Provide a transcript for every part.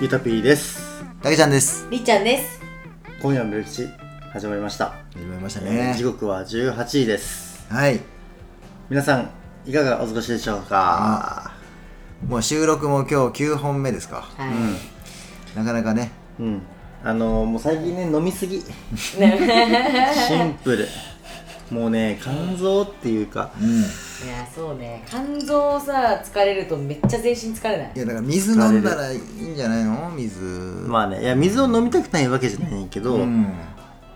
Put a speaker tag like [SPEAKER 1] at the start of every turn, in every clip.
[SPEAKER 1] ゆたぴーです
[SPEAKER 2] たけちゃんです
[SPEAKER 3] りっちゃんです。
[SPEAKER 1] 今夜も歴史始まりました、
[SPEAKER 2] 始まりました
[SPEAKER 1] えー
[SPEAKER 2] ね
[SPEAKER 1] 時刻は18時です
[SPEAKER 2] はい
[SPEAKER 1] 皆さんいかがお過ごしでしょうか
[SPEAKER 2] あーもう収録も今日9本目ですか
[SPEAKER 3] は
[SPEAKER 2] なかなかね
[SPEAKER 1] うんあのーもう最近ね飲みすぎシ
[SPEAKER 3] い。ね
[SPEAKER 1] ンプルもうね肝臓っていうか
[SPEAKER 2] うん
[SPEAKER 3] いやそうね。肝臓さ疲れるとめっちゃ全身疲れない
[SPEAKER 2] い。やだから水飲んだらいいんじゃないの水
[SPEAKER 1] まあねいや水を飲みたくないわけじゃないんやけど、
[SPEAKER 2] うん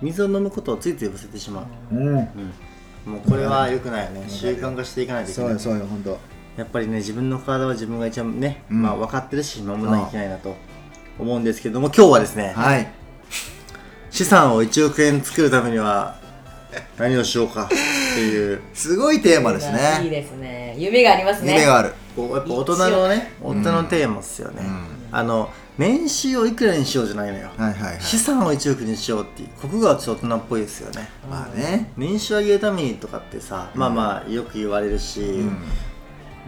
[SPEAKER 1] 水を飲むことをついつい忘れてしまう、
[SPEAKER 2] うん
[SPEAKER 1] うん、もうこれは良くないよね習慣化していかないといけ
[SPEAKER 2] そう
[SPEAKER 1] ない
[SPEAKER 2] よそうよほんと
[SPEAKER 1] やっぱりね自分の体は自分が一番ね、
[SPEAKER 2] うん
[SPEAKER 1] まあ分かってるし守らなきゃいけないなと思うんですけども今日はですね、
[SPEAKER 2] はい
[SPEAKER 1] 資産を1億円作るためには何をしようかっていう
[SPEAKER 2] すごいテーマです
[SPEAKER 3] い
[SPEAKER 2] ね
[SPEAKER 3] いですね。夢がありますね。
[SPEAKER 2] 夢がある
[SPEAKER 1] こうやっぱ大人のね大人のテーマっすよね、
[SPEAKER 2] うん
[SPEAKER 1] あの年収をいくらにしようじゃないのよ、
[SPEAKER 2] はいはいはい
[SPEAKER 1] 資産を1億にしようっていうここがちょっと大人っぽいですよね
[SPEAKER 2] まあね
[SPEAKER 1] 年収上げるためにとかってさ、まあまあよく言われるし、
[SPEAKER 2] うん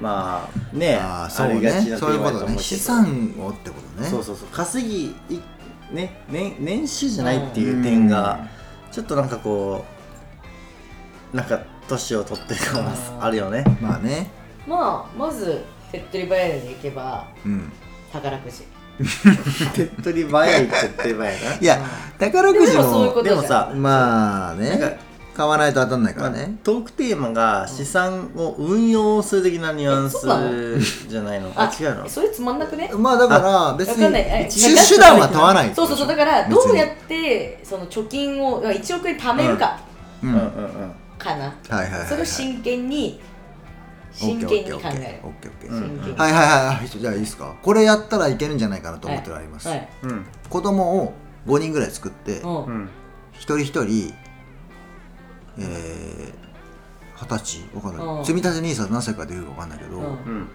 [SPEAKER 1] まあね
[SPEAKER 2] ああそう
[SPEAKER 1] りがち
[SPEAKER 2] ね
[SPEAKER 1] な
[SPEAKER 2] そういうこと
[SPEAKER 1] テーマだ思うけ
[SPEAKER 2] ね
[SPEAKER 1] ど
[SPEAKER 2] 資産をってことね
[SPEAKER 1] そうそうそう稼ぎいね年年収じゃないっていう点がちょっとなんかこうなんか年を取ってる感が
[SPEAKER 3] うん
[SPEAKER 1] ある よね
[SPEAKER 2] まあね
[SPEAKER 3] まあまず手っ取り早いのに行けば
[SPEAKER 2] うん
[SPEAKER 3] 宝くじ。
[SPEAKER 1] 手っ取り早いって言ってばや
[SPEAKER 2] いや宝くじ
[SPEAKER 3] でもそういう
[SPEAKER 1] な
[SPEAKER 2] も
[SPEAKER 3] こと
[SPEAKER 1] でもさ
[SPEAKER 2] まあ
[SPEAKER 1] なんか
[SPEAKER 2] ね買わないと当たんないか
[SPEAKER 1] ま
[SPEAKER 2] ら
[SPEAKER 1] あ
[SPEAKER 2] ね
[SPEAKER 1] トークテーマが資産を運用する的なニュアン
[SPEAKER 3] えそうな
[SPEAKER 1] スじゃないのあ違うの
[SPEAKER 3] それつまんなくね。
[SPEAKER 2] まあだから別
[SPEAKER 3] わかんない。あ
[SPEAKER 2] に手手段は問わない
[SPEAKER 3] そうそうそうだからどうや
[SPEAKER 2] て
[SPEAKER 3] ってその貯金を1億円貯めるか
[SPEAKER 2] うん
[SPEAKER 1] うんうん
[SPEAKER 2] はい
[SPEAKER 1] うん
[SPEAKER 3] かな。
[SPEAKER 2] はいはいはい
[SPEAKER 3] それを真剣に真剣に考え
[SPEAKER 2] オッケーオッケーオッ
[SPEAKER 1] うん
[SPEAKER 2] ケーオッケー
[SPEAKER 3] る。真剣に。
[SPEAKER 2] はいはいはいはいじゃあいいですかこれやったらいけるんじゃないかなと思ってるのあります
[SPEAKER 3] はい。
[SPEAKER 1] うん
[SPEAKER 2] 子供を5人ぐらい作って
[SPEAKER 3] うん。
[SPEAKER 1] うん
[SPEAKER 2] 一人一人えー二十歳わかん
[SPEAKER 3] う
[SPEAKER 2] ない
[SPEAKER 3] ん
[SPEAKER 2] 積み立て NISA 何歳からできるかわかんないけど、
[SPEAKER 3] うん
[SPEAKER 1] うん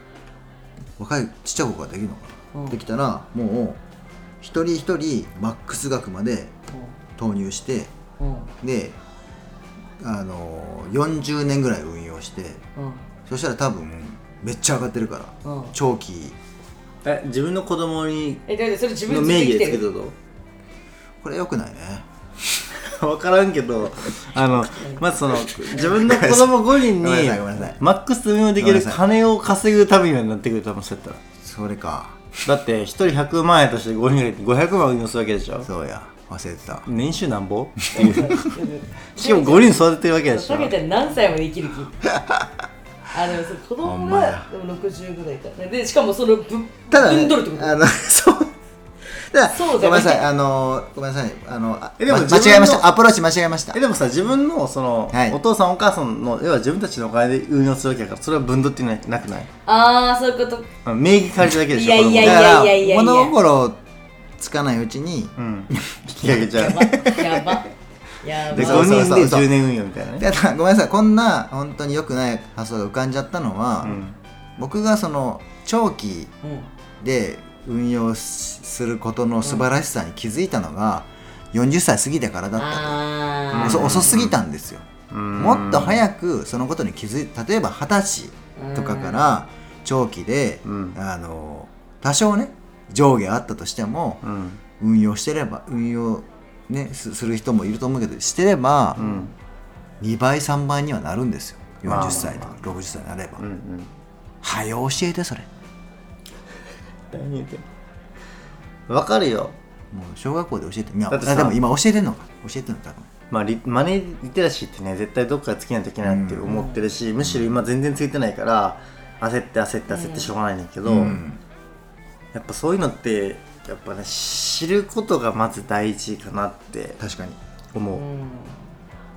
[SPEAKER 2] 若いちっちゃい子ができるのかな、
[SPEAKER 3] うん
[SPEAKER 2] できたらもう一人一人マックス額まで投入して
[SPEAKER 3] うんうん
[SPEAKER 2] であのー40年ぐらい運用してそしたら多分めっちゃ上がってるから
[SPEAKER 3] うんうん。
[SPEAKER 2] 長期
[SPEAKER 1] え自分の子供に
[SPEAKER 3] えだってそれ自
[SPEAKER 1] の
[SPEAKER 3] 分
[SPEAKER 1] 名義で
[SPEAKER 3] き
[SPEAKER 1] つ
[SPEAKER 3] てる
[SPEAKER 1] けてど
[SPEAKER 2] これ良くないね
[SPEAKER 1] うわからんけどあのまずその自分の子供5人
[SPEAKER 2] ごめん
[SPEAKER 1] に
[SPEAKER 2] なさいごめんなさい
[SPEAKER 1] マックス運用できる金を稼ぐためになってくると思うそうやったら
[SPEAKER 2] それか
[SPEAKER 1] だって1人100万円として5人で500万運用するわけでしょ
[SPEAKER 2] そうや忘れてた
[SPEAKER 1] 年収なんぼっていうしかも5人育ててるわけでしょ
[SPEAKER 3] たけちゃん何歳まで生きる気あでもそう
[SPEAKER 2] ほ
[SPEAKER 3] 子供
[SPEAKER 2] んま
[SPEAKER 3] が
[SPEAKER 2] や
[SPEAKER 3] でも60ぐらいからでしかもそのぶ
[SPEAKER 2] ただ、
[SPEAKER 3] ぶ
[SPEAKER 2] ね
[SPEAKER 3] んどるってこ、と
[SPEAKER 2] あのそうただ
[SPEAKER 3] そう
[SPEAKER 2] ご
[SPEAKER 3] じ
[SPEAKER 2] め
[SPEAKER 3] ゃ
[SPEAKER 2] んない
[SPEAKER 3] な
[SPEAKER 2] さいあのーごめんなさいあのあ
[SPEAKER 1] えでも
[SPEAKER 2] ま
[SPEAKER 1] 自分の
[SPEAKER 2] 間違えましたアプローチ間違えました
[SPEAKER 1] えでもさ自分のその、
[SPEAKER 2] はい
[SPEAKER 1] お父さんお母さんの要は自分たちのお金で運用するわけだからそれは分取ってななくない
[SPEAKER 3] ああそういうこと
[SPEAKER 1] あの名義借りただけでしょ
[SPEAKER 3] いやいや
[SPEAKER 1] 子
[SPEAKER 2] だ
[SPEAKER 1] 供が
[SPEAKER 2] から
[SPEAKER 3] いやいやいやいや
[SPEAKER 2] 物心つかないうちに
[SPEAKER 1] うん引き上げちゃう
[SPEAKER 3] やばやばやば
[SPEAKER 1] で
[SPEAKER 2] そう
[SPEAKER 1] 5
[SPEAKER 2] そう
[SPEAKER 1] 人
[SPEAKER 2] そう
[SPEAKER 1] で
[SPEAKER 2] そう
[SPEAKER 1] 10年運用みたいなね
[SPEAKER 2] ただごめんなさいこんな本当に良くない発想が浮かんじゃったのは、
[SPEAKER 1] うん
[SPEAKER 2] 僕がその長期
[SPEAKER 3] うん
[SPEAKER 2] で運用しすることの素晴らしさに気づいたのが、40歳過ぎてからだった
[SPEAKER 1] ー
[SPEAKER 2] と
[SPEAKER 3] あ
[SPEAKER 2] 遅
[SPEAKER 1] うん
[SPEAKER 2] 遅すぎたんですよ、
[SPEAKER 1] うん
[SPEAKER 2] もっと早くそのことに気づい例えば二十歳とかから長期で、
[SPEAKER 1] うん
[SPEAKER 2] あの多少ね上下あったとしても
[SPEAKER 1] うん
[SPEAKER 2] 運用してれば運用ねすする人もいると思うけどしてれば、
[SPEAKER 1] うん
[SPEAKER 2] 2倍3倍にはなるんですよ
[SPEAKER 1] まあ
[SPEAKER 2] 40歳とか60歳になれば、
[SPEAKER 1] うんうん
[SPEAKER 2] はよ教えてそれ
[SPEAKER 1] 大変だよわかるよ
[SPEAKER 2] もう小学校で教えていや
[SPEAKER 1] だってさ
[SPEAKER 2] でも今教えてんのか教えてんのか
[SPEAKER 1] まあ、リマネーリテラシーってね絶対どっかでつけないといけないって思ってるし、むしろ今全然ついてないから焦って焦って焦ってしょうがないねんだけど、
[SPEAKER 2] 多分
[SPEAKER 1] やっぱそういうのってやっぱね知ることがまず第一かなって
[SPEAKER 2] 確かに
[SPEAKER 1] 思
[SPEAKER 3] う
[SPEAKER 1] う、
[SPEAKER 3] ん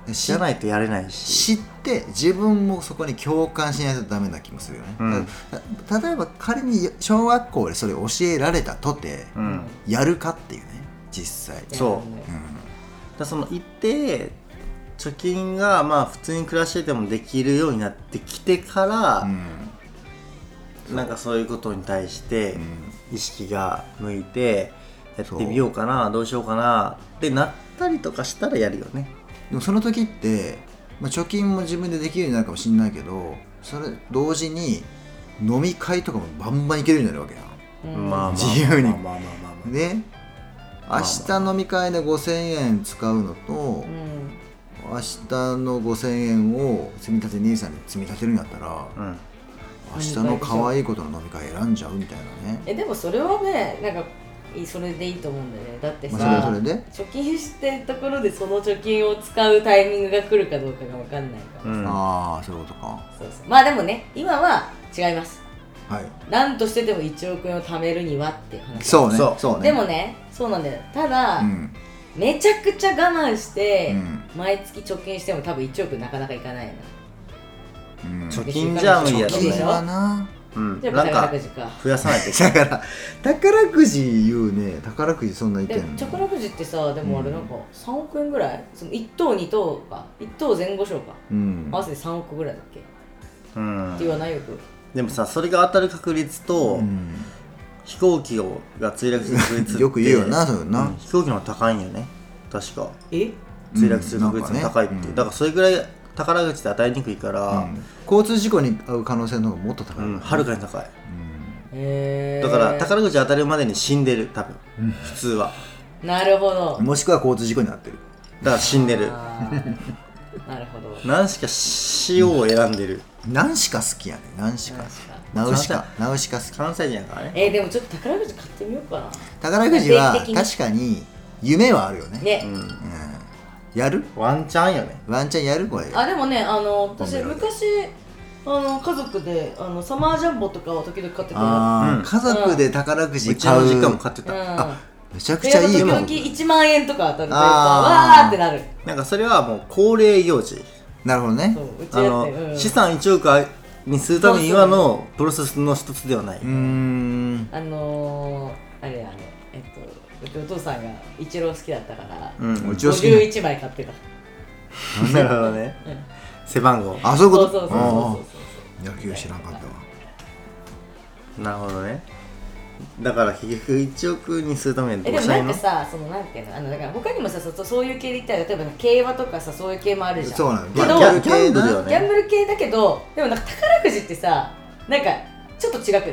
[SPEAKER 2] 知
[SPEAKER 1] 知らないとやれないし
[SPEAKER 2] 知って自分もそこに共感しないとダメな気もするよね、
[SPEAKER 1] うん
[SPEAKER 2] た例えば仮に小学校でそれ教えられたとて、
[SPEAKER 1] うん
[SPEAKER 2] やるかっていうね実際、
[SPEAKER 1] そう
[SPEAKER 2] うん
[SPEAKER 1] だその一定貯金がまあ普通に暮らしててもできるようになってきてから、なんかそういうことに対して、
[SPEAKER 2] うん
[SPEAKER 1] 意識が向いてやってみようかなどうしようかなってなったりとかしたらやるよね
[SPEAKER 2] でもその時って、まあ、貯金も自分でできるようになるかもしれないけどそれ同時に飲み会とかもバンバン行けるようになるわけや
[SPEAKER 3] うん
[SPEAKER 1] まあまあ
[SPEAKER 2] 自由に
[SPEAKER 1] まあまあまあまあね
[SPEAKER 2] ね明日飲み会で5000円使うのと
[SPEAKER 3] うん
[SPEAKER 2] 明日の5000円を積み立て兄さんに積み立てるんやったら
[SPEAKER 1] うん
[SPEAKER 2] 明日の可愛いことの飲み会選んじゃうみたいなね
[SPEAKER 3] えでもそれはねなんかいいそれでいいと思うんだよねだってさ、
[SPEAKER 2] まあそれはそれで
[SPEAKER 3] 貯金してるところでその貯金を使うタイミングが来るかどうかが分かんないか
[SPEAKER 1] う
[SPEAKER 3] ら、
[SPEAKER 1] ん
[SPEAKER 2] ああそういうことか
[SPEAKER 3] そうそうまあでもね今は違います
[SPEAKER 2] はい
[SPEAKER 3] なんとしてでも1億円を貯めるにはっていう話
[SPEAKER 2] そうね
[SPEAKER 1] そう
[SPEAKER 2] そうね
[SPEAKER 3] でもねそうなんだよただ、
[SPEAKER 2] うん
[SPEAKER 3] めちゃくちゃ我慢して、
[SPEAKER 2] うん
[SPEAKER 3] 毎月貯金しても多分1億なかなかいかないな
[SPEAKER 2] うん
[SPEAKER 1] 貯金じゃ無理やろ
[SPEAKER 3] 貯金
[SPEAKER 1] ね
[SPEAKER 3] じ
[SPEAKER 2] 金
[SPEAKER 3] ゃ
[SPEAKER 2] はな
[SPEAKER 1] うん
[SPEAKER 3] じゃあ
[SPEAKER 1] なん
[SPEAKER 3] 宝
[SPEAKER 1] か
[SPEAKER 3] くじか
[SPEAKER 1] 増やさないといけない
[SPEAKER 2] だから宝くじ言うね宝くじそんな意見
[SPEAKER 3] で宝くじってさでもあれ
[SPEAKER 2] うん
[SPEAKER 3] なんか3億円ぐらいその1等2等か1等前後賞か
[SPEAKER 2] うん
[SPEAKER 3] 合わせて3億ぐらいだっけ、
[SPEAKER 1] う
[SPEAKER 3] って言
[SPEAKER 1] ん
[SPEAKER 3] わないよく
[SPEAKER 1] でもさそれが当たる確率と、
[SPEAKER 2] うん
[SPEAKER 1] 飛行機をが墜落する確率って
[SPEAKER 2] よく言うよなそういうのな
[SPEAKER 1] うん飛行機の方が高いんよね確か
[SPEAKER 3] え
[SPEAKER 1] 墜落する確率
[SPEAKER 2] うん
[SPEAKER 1] が
[SPEAKER 2] なん
[SPEAKER 1] 高
[SPEAKER 2] か
[SPEAKER 1] い
[SPEAKER 2] ね
[SPEAKER 1] って、
[SPEAKER 2] うん
[SPEAKER 1] だからそれぐらい宝くじって与えにくいから
[SPEAKER 2] 交通事故に遭う可能性の方がもっと高
[SPEAKER 1] う
[SPEAKER 2] い、
[SPEAKER 1] んはる、かに高い
[SPEAKER 3] へえ
[SPEAKER 1] だから宝くじ当たるまでに死んでる多分、普通は
[SPEAKER 3] なるほど
[SPEAKER 2] もしくは交通事故になってる
[SPEAKER 1] だから死んでる
[SPEAKER 3] あーなるほど
[SPEAKER 1] 何しか死を選んでる
[SPEAKER 2] 何しか好きやね何しか
[SPEAKER 3] ナウシカ
[SPEAKER 2] ナウシカナウシカ
[SPEAKER 1] 関
[SPEAKER 2] 好き
[SPEAKER 1] 西人やからね
[SPEAKER 3] えー、でもちょっと宝くじ買ってみようかな
[SPEAKER 2] 宝くじは
[SPEAKER 3] 定期的に
[SPEAKER 2] 確かに夢はあるよね
[SPEAKER 3] ね、
[SPEAKER 2] うん、やる
[SPEAKER 1] ワンチャンよね
[SPEAKER 2] ワンチャンやるこれ
[SPEAKER 3] あでもねあの私
[SPEAKER 2] 本命だね
[SPEAKER 3] 昔あの家族であのサマージャンボとかを時々買ってたよ
[SPEAKER 2] あー、
[SPEAKER 1] うん
[SPEAKER 2] 家族で宝くじ
[SPEAKER 1] うち
[SPEAKER 2] 買
[SPEAKER 1] の
[SPEAKER 2] う
[SPEAKER 1] 実家も買って
[SPEAKER 3] う
[SPEAKER 1] た、
[SPEAKER 3] ん
[SPEAKER 2] めちゃく
[SPEAKER 3] で
[SPEAKER 2] ちゃいい
[SPEAKER 3] 時
[SPEAKER 2] よ
[SPEAKER 3] 々1万円とか当たるとやっぱ
[SPEAKER 2] あー
[SPEAKER 3] わーってなる
[SPEAKER 1] なんかそれはもう恒例行事
[SPEAKER 2] なるほどね
[SPEAKER 3] そううち
[SPEAKER 1] あ
[SPEAKER 3] やっ
[SPEAKER 1] の、
[SPEAKER 3] てうん
[SPEAKER 1] 資産1億あにするために今のプロセスの一つではない、
[SPEAKER 2] うーん
[SPEAKER 3] あのー、あれあのえっとうちお父さんがイチロー好きだったから、
[SPEAKER 1] うん
[SPEAKER 2] お常識な
[SPEAKER 3] 51枚買ってた
[SPEAKER 1] なるほどね、
[SPEAKER 3] うん
[SPEAKER 1] 背番号
[SPEAKER 2] あそういうこ
[SPEAKER 3] そう
[SPEAKER 2] と
[SPEAKER 3] そうそうそうそう
[SPEAKER 2] あー野球知らんかったわ
[SPEAKER 1] なるほどねだから結局1億にするためにど
[SPEAKER 3] えで
[SPEAKER 1] う
[SPEAKER 3] も
[SPEAKER 1] した
[SPEAKER 3] ないん
[SPEAKER 1] の
[SPEAKER 3] かさそのなんていうのあのだから他にもさそうそういう系で言ったら例えば競馬とかさそういう系もあるじゃん
[SPEAKER 2] そうなの
[SPEAKER 3] けど
[SPEAKER 1] ギャルギャンブル
[SPEAKER 2] だ
[SPEAKER 1] よ
[SPEAKER 3] ギャン
[SPEAKER 1] ね
[SPEAKER 3] ブル系だけどでもなんか宝くじってさなんかちょっと違くない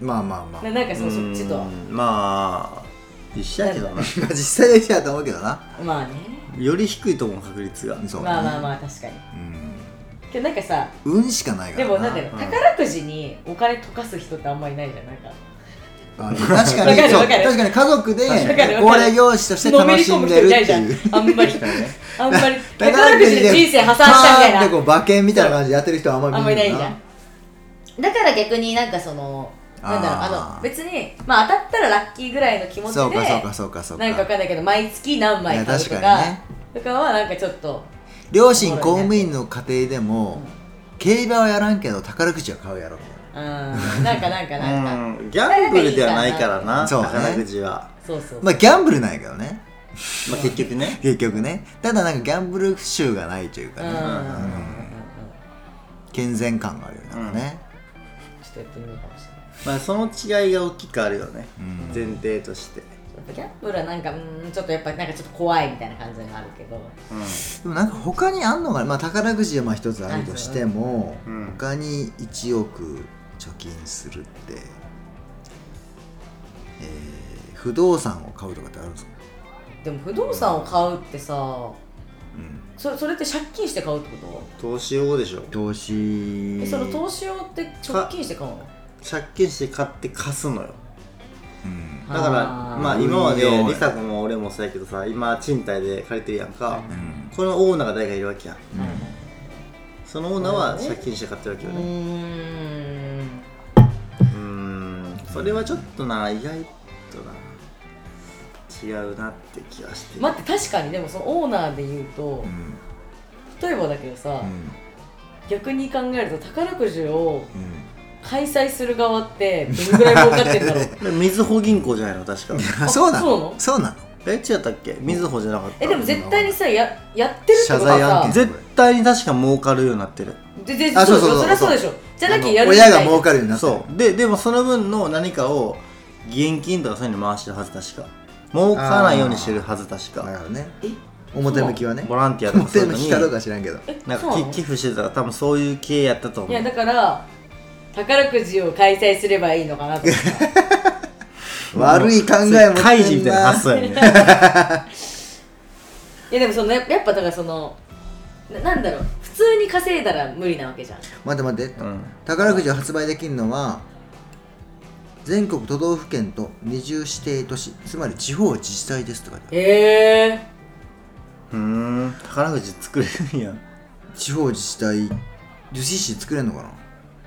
[SPEAKER 2] まあまあまあ
[SPEAKER 3] ななんかそのそっ
[SPEAKER 1] う
[SPEAKER 3] ち
[SPEAKER 1] ー
[SPEAKER 3] と
[SPEAKER 1] んまあ一緒やけどな
[SPEAKER 2] 実際は一緒やと思うけどな
[SPEAKER 3] まあね
[SPEAKER 1] より低いと思う確率が
[SPEAKER 2] そうね
[SPEAKER 3] まあまあまあ確かに
[SPEAKER 2] うん
[SPEAKER 3] けどなんかさ
[SPEAKER 2] 運しかないか
[SPEAKER 3] で
[SPEAKER 2] ら
[SPEAKER 3] もなんだろう
[SPEAKER 1] うん
[SPEAKER 3] 宝くじにお金溶かす人ってあんまりいないじゃんなんか
[SPEAKER 2] あ確かにそう
[SPEAKER 3] わか
[SPEAKER 2] 確
[SPEAKER 3] るわかる
[SPEAKER 2] かに家族で
[SPEAKER 3] かるわかる
[SPEAKER 2] 恒例行事として
[SPEAKER 3] のめ
[SPEAKER 2] 楽
[SPEAKER 3] り
[SPEAKER 2] し
[SPEAKER 3] 込
[SPEAKER 2] ん
[SPEAKER 3] む
[SPEAKER 2] で
[SPEAKER 3] 人
[SPEAKER 2] る
[SPEAKER 3] い
[SPEAKER 2] っ
[SPEAKER 3] な
[SPEAKER 2] て
[SPEAKER 3] いじゃん
[SPEAKER 2] いう
[SPEAKER 3] あんまりあん まり宝
[SPEAKER 2] 宝
[SPEAKER 3] く
[SPEAKER 2] く
[SPEAKER 3] じ
[SPEAKER 2] じ
[SPEAKER 3] で
[SPEAKER 2] で
[SPEAKER 3] 人生破産したみたい
[SPEAKER 2] パ
[SPEAKER 3] な
[SPEAKER 2] ーンってこう馬券みたいな感じでやってる人はあんまり
[SPEAKER 3] あんまりないじ
[SPEAKER 2] な
[SPEAKER 3] ゃんだから逆になんかそのなんだろう
[SPEAKER 2] あー
[SPEAKER 3] あの別にまあ当たったらラッキーぐらいの気持ちで
[SPEAKER 2] そうかそうかそうかそう
[SPEAKER 3] なんかわかんないけど毎月何枚買うとか
[SPEAKER 2] いや確かにね
[SPEAKER 3] とかはなんかちょっと
[SPEAKER 2] 両親公務員の家庭でも
[SPEAKER 3] うん
[SPEAKER 2] 競馬はやらんけど宝くじは買うやろみたいな
[SPEAKER 3] うんなんかなんかなんか
[SPEAKER 1] うんギャンブルではないからな
[SPEAKER 2] そうね
[SPEAKER 1] 宝くじは、
[SPEAKER 3] そうそう
[SPEAKER 2] まあギャンブルなんやけどね
[SPEAKER 1] まあ、結局ね
[SPEAKER 2] 結局ねただなんかギャンブル臭がないというか
[SPEAKER 3] うんうんうん
[SPEAKER 2] ね
[SPEAKER 3] うんうん
[SPEAKER 2] 健全感があるよねなんかね
[SPEAKER 3] ちょっとやってみようかもしれない
[SPEAKER 1] まあその違いが大きくあるよね、
[SPEAKER 2] うん
[SPEAKER 1] 前提として、
[SPEAKER 3] やっぱギャンブルはなんかうんちょっとやっぱなんかちょっと怖いみたいな感じがあるけど
[SPEAKER 2] でもなんか他にあんのかな、まあ、宝くじはまあ一つあるとしても、
[SPEAKER 1] うんうん
[SPEAKER 2] 他に1億貯金するって、えー不動産を買うとかってあるんですか、
[SPEAKER 3] でも不動産を買うってさ
[SPEAKER 2] うん、
[SPEAKER 3] そそれって借金して買うってこと
[SPEAKER 1] 投資用でしょ
[SPEAKER 2] 投資
[SPEAKER 3] えその投資用って直近して買うの
[SPEAKER 1] 借金して買って貸すのよ
[SPEAKER 2] うん
[SPEAKER 1] だから
[SPEAKER 3] あー
[SPEAKER 1] まあ今まで
[SPEAKER 2] 運用ね
[SPEAKER 1] りさくんも俺もそうやけどさ今賃貸で借りてるやんか、
[SPEAKER 2] うん
[SPEAKER 1] このオーナーが誰かいるわけやん
[SPEAKER 2] うん
[SPEAKER 1] そのオーナーは借金して買ってるわけよ
[SPEAKER 3] う
[SPEAKER 1] ね
[SPEAKER 3] ーん
[SPEAKER 1] うーんそれはちょっとな意外とな違うなって気がして
[SPEAKER 3] 待って確かにでもそのオーナーで言うと
[SPEAKER 2] うん
[SPEAKER 3] 例えばだけどさ、
[SPEAKER 2] うん
[SPEAKER 3] 逆に考えると宝くじを
[SPEAKER 2] うん
[SPEAKER 3] 開催する側ってどのぐらい儲かってん だろう
[SPEAKER 1] でみずほ銀行じゃないの確か
[SPEAKER 2] あそうな
[SPEAKER 3] そうなの
[SPEAKER 2] のそうなの
[SPEAKER 1] え違ったっけみずほじゃなかった
[SPEAKER 3] えでも絶対にさややってるって
[SPEAKER 2] 謝
[SPEAKER 3] こと
[SPEAKER 2] 罪案
[SPEAKER 3] は
[SPEAKER 2] 件
[SPEAKER 3] さ
[SPEAKER 1] 絶対に確か儲かるようになってる
[SPEAKER 3] でで
[SPEAKER 2] あ
[SPEAKER 3] そう
[SPEAKER 2] そうそうそう
[SPEAKER 3] でしょそりゃそうでしょじゃなきゃや
[SPEAKER 2] あの
[SPEAKER 3] る
[SPEAKER 2] 親が儲
[SPEAKER 3] か
[SPEAKER 2] かるようになってる
[SPEAKER 1] そうででもその分の何かを現金とかそういうのに回してるはず確か儲からないようにしてるはず確
[SPEAKER 2] な
[SPEAKER 1] か
[SPEAKER 2] るほどね
[SPEAKER 3] え
[SPEAKER 2] 表向きはね
[SPEAKER 1] ボランティアとかそう
[SPEAKER 2] 表
[SPEAKER 1] いうの
[SPEAKER 2] 向 き
[SPEAKER 1] に
[SPEAKER 2] かどうか知らんけど
[SPEAKER 1] なん
[SPEAKER 3] そう
[SPEAKER 1] か
[SPEAKER 3] な
[SPEAKER 1] 寄
[SPEAKER 3] の
[SPEAKER 1] 寄付してたら多分そういう系やったと思
[SPEAKER 3] いうやだから宝くじを開催すればいいのかなと思った
[SPEAKER 2] 悪い考えも
[SPEAKER 1] 開示みたいな発想やね
[SPEAKER 3] いやでもそのややっぱだからそのななんだろう普通に稼いだら無理なわけじゃん
[SPEAKER 2] 待って待って
[SPEAKER 1] うん
[SPEAKER 2] 宝くじを発売できるのは全国都道府県と20指定都市つまり地方自治体ですとか
[SPEAKER 3] へえ
[SPEAKER 1] うーん宝くじ作れるんや
[SPEAKER 2] 地方自治体逗子市作れんのかな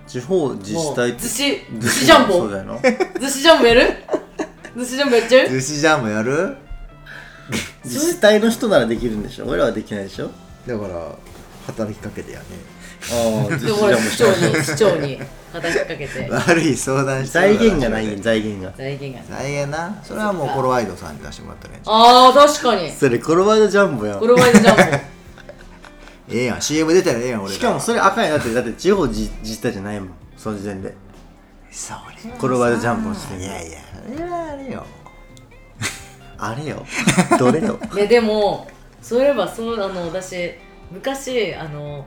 [SPEAKER 1] 地方自治体
[SPEAKER 3] 寿司
[SPEAKER 1] ず
[SPEAKER 3] 寿司ジャン
[SPEAKER 1] そ
[SPEAKER 3] ボ
[SPEAKER 1] うだよな
[SPEAKER 3] 寿司ジャンボやる寿司ジャンボやっちゃう
[SPEAKER 2] 子ジャンボやる
[SPEAKER 1] 自治体の人ならできるんでしょ俺らはできないでしょ
[SPEAKER 2] だから働きかけてやね
[SPEAKER 1] ああ 自
[SPEAKER 3] で
[SPEAKER 1] 治
[SPEAKER 3] も
[SPEAKER 1] ジャン
[SPEAKER 3] 俺
[SPEAKER 1] ボ
[SPEAKER 3] 市
[SPEAKER 1] し
[SPEAKER 3] 長
[SPEAKER 1] かない
[SPEAKER 3] に市長に働きかけて
[SPEAKER 2] 悪い相談して
[SPEAKER 1] 財源がないんや財源が
[SPEAKER 3] 財源が
[SPEAKER 2] 財源なそれはもうコロワイドさんに出してもらったらいいんじゃん
[SPEAKER 3] ああ確かに
[SPEAKER 1] それコロワイドジャンボやん
[SPEAKER 3] これはいいジャンボ
[SPEAKER 2] ええやん CM 出たらええやん俺ら
[SPEAKER 1] しかもそれ赤いなってだって地方自自治体じゃないもんその時点で
[SPEAKER 2] それ
[SPEAKER 1] コロワイドジャンボの時点
[SPEAKER 2] い
[SPEAKER 1] で
[SPEAKER 2] やいやあれはあれよ
[SPEAKER 1] あれよどれ よ
[SPEAKER 3] いやでもそういえばそのあの私昔あの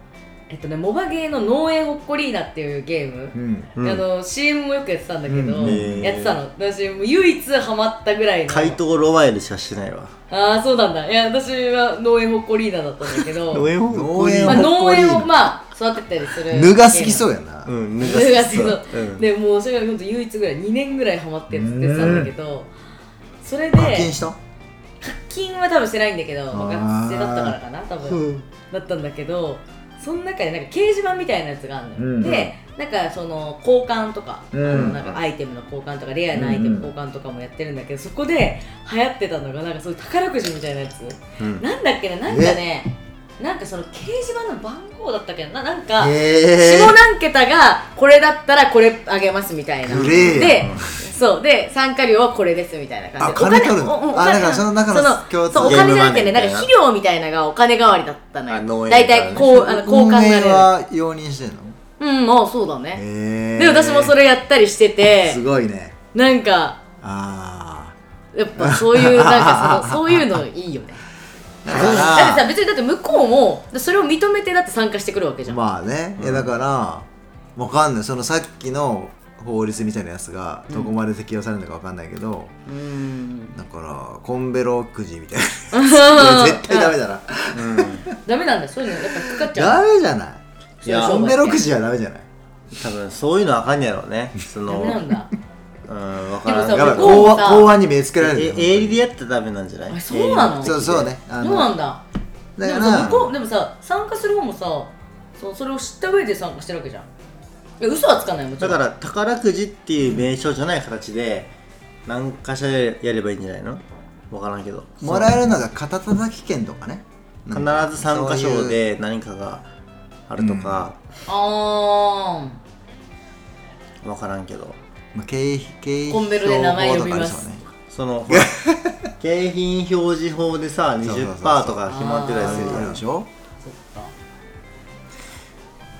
[SPEAKER 3] えっとねモバゲーの「農園ほっこりーナ」っていうゲーム、
[SPEAKER 2] うん
[SPEAKER 1] うん
[SPEAKER 3] あの CM もよくやってたんだけど、
[SPEAKER 2] うん
[SPEAKER 1] ね
[SPEAKER 3] やってたの私もう唯一ハマったぐらいの
[SPEAKER 1] 怪盗ロワイルしかしてないわ
[SPEAKER 3] ああそうなんだいや私は農園ほっこりーナだったんだけど
[SPEAKER 1] 農園ほっこり
[SPEAKER 2] 農園
[SPEAKER 3] まあ、
[SPEAKER 2] ほっこ
[SPEAKER 3] 農
[SPEAKER 2] りーナ
[SPEAKER 3] 園をまあ育てたりする
[SPEAKER 2] ぬが好きそううやな、
[SPEAKER 1] うん脱
[SPEAKER 3] ぬが好きそ
[SPEAKER 1] そう
[SPEAKER 3] う、
[SPEAKER 1] うん
[SPEAKER 3] でもうそれが本当唯一ぐらい2年ぐらいハマってやってたんだけどそれで
[SPEAKER 2] 課金した
[SPEAKER 3] 課金は多分してないんだけど
[SPEAKER 2] ー
[SPEAKER 3] 学生だったからかな多分、
[SPEAKER 1] うん
[SPEAKER 3] だったんだけどその中でなんか掲示板みたいなやつがあるのよ、
[SPEAKER 2] うん
[SPEAKER 3] でなんかその交換とか,、
[SPEAKER 2] うん
[SPEAKER 3] あのなんかアイテムの交換とかレアなアイテム交換とかもやってるんだけど、そこで流行ってたのがなんかそういう宝くじみたいなやつ、
[SPEAKER 1] うん
[SPEAKER 3] なんだっけななんかねなんかその掲示板の番号だったっけななんか、
[SPEAKER 2] え
[SPEAKER 3] 下何桁がこれだったらこれあげますみたいな
[SPEAKER 2] グレーや
[SPEAKER 3] で
[SPEAKER 2] な
[SPEAKER 3] そうで参加料はこれですみたいな感じで
[SPEAKER 2] あ金取るの
[SPEAKER 3] お金おお
[SPEAKER 2] あ
[SPEAKER 3] 金
[SPEAKER 2] だからその中の共通
[SPEAKER 3] そうお
[SPEAKER 1] ゲー
[SPEAKER 3] 金
[SPEAKER 1] ム
[SPEAKER 3] じゃ
[SPEAKER 1] マ
[SPEAKER 3] なく
[SPEAKER 1] ネー
[SPEAKER 3] てね
[SPEAKER 1] み
[SPEAKER 3] な
[SPEAKER 1] た
[SPEAKER 3] んか
[SPEAKER 1] いな
[SPEAKER 3] 肥料みたいなのがお金代わりだった
[SPEAKER 1] あ
[SPEAKER 3] のよ
[SPEAKER 1] 農園
[SPEAKER 3] 大
[SPEAKER 1] みたい
[SPEAKER 3] 体
[SPEAKER 1] な
[SPEAKER 3] こうあの交換が
[SPEAKER 2] 運営
[SPEAKER 3] や
[SPEAKER 2] は容認してんの
[SPEAKER 3] れるうんもうそうだね
[SPEAKER 2] え
[SPEAKER 3] で私もそ
[SPEAKER 2] れ
[SPEAKER 3] れやったりしてて
[SPEAKER 2] すごいね
[SPEAKER 3] なんか
[SPEAKER 2] あ
[SPEAKER 3] やっぱそういうなんか そのそういうのいいよね
[SPEAKER 2] あだか
[SPEAKER 3] だって
[SPEAKER 2] ら
[SPEAKER 3] さ別にだって向こうもそれを認めてだって参加してくるわけじゃん、
[SPEAKER 2] まあね、いやだからわかんないそのさっきの法律みたいなやつがどこまで適用されるのかわかんないけど、
[SPEAKER 3] うん
[SPEAKER 2] だからコンベロくじみたいな
[SPEAKER 3] ダ
[SPEAKER 2] 絶対ダメだな
[SPEAKER 3] メなんだそういうのやっぱ引っかかっちゃう
[SPEAKER 2] ダメじゃない
[SPEAKER 1] いや
[SPEAKER 2] コンベロくじはダメじゃない
[SPEAKER 1] 多分そういうのあかんやろうねそ
[SPEAKER 3] ダ
[SPEAKER 1] の
[SPEAKER 3] メなんだ
[SPEAKER 1] うん分からん
[SPEAKER 3] でも
[SPEAKER 2] や
[SPEAKER 3] さ
[SPEAKER 2] ばい
[SPEAKER 3] 向こう
[SPEAKER 2] 公
[SPEAKER 3] も
[SPEAKER 2] 安
[SPEAKER 3] さ
[SPEAKER 2] 公安に目つけられ
[SPEAKER 1] え
[SPEAKER 2] る
[SPEAKER 1] 営利でやったらダメなんじゃない
[SPEAKER 3] あそうなの
[SPEAKER 2] そうそうねあ
[SPEAKER 3] そ
[SPEAKER 2] の
[SPEAKER 3] うなんだ
[SPEAKER 2] だ
[SPEAKER 3] で
[SPEAKER 2] か
[SPEAKER 3] もさ
[SPEAKER 2] ら
[SPEAKER 3] 向こうでもさ参加する方もさそうそれを知った上で参加してるわけじゃんえ嘘はつかないもちろ
[SPEAKER 1] だ
[SPEAKER 3] ん
[SPEAKER 1] から宝くじっていう名称じゃない形で何かしらやればいいんじゃないの分からんけど
[SPEAKER 2] もらえるのが肩たたき券とかね
[SPEAKER 1] 必ず3箇所で何かがあるとか
[SPEAKER 3] あ
[SPEAKER 1] 分からんけど
[SPEAKER 2] まあ、経費経費
[SPEAKER 3] コンベロで名前呼びます
[SPEAKER 2] 表とかありそうね
[SPEAKER 1] そのほら 景品表示法でさ
[SPEAKER 2] そうそうそう
[SPEAKER 1] 20%
[SPEAKER 2] そう
[SPEAKER 1] とか決まってたり
[SPEAKER 2] あ
[SPEAKER 1] す
[SPEAKER 2] る
[SPEAKER 1] る
[SPEAKER 2] あ
[SPEAKER 1] や
[SPEAKER 2] る
[SPEAKER 1] ん
[SPEAKER 2] でしょ
[SPEAKER 3] ーそっか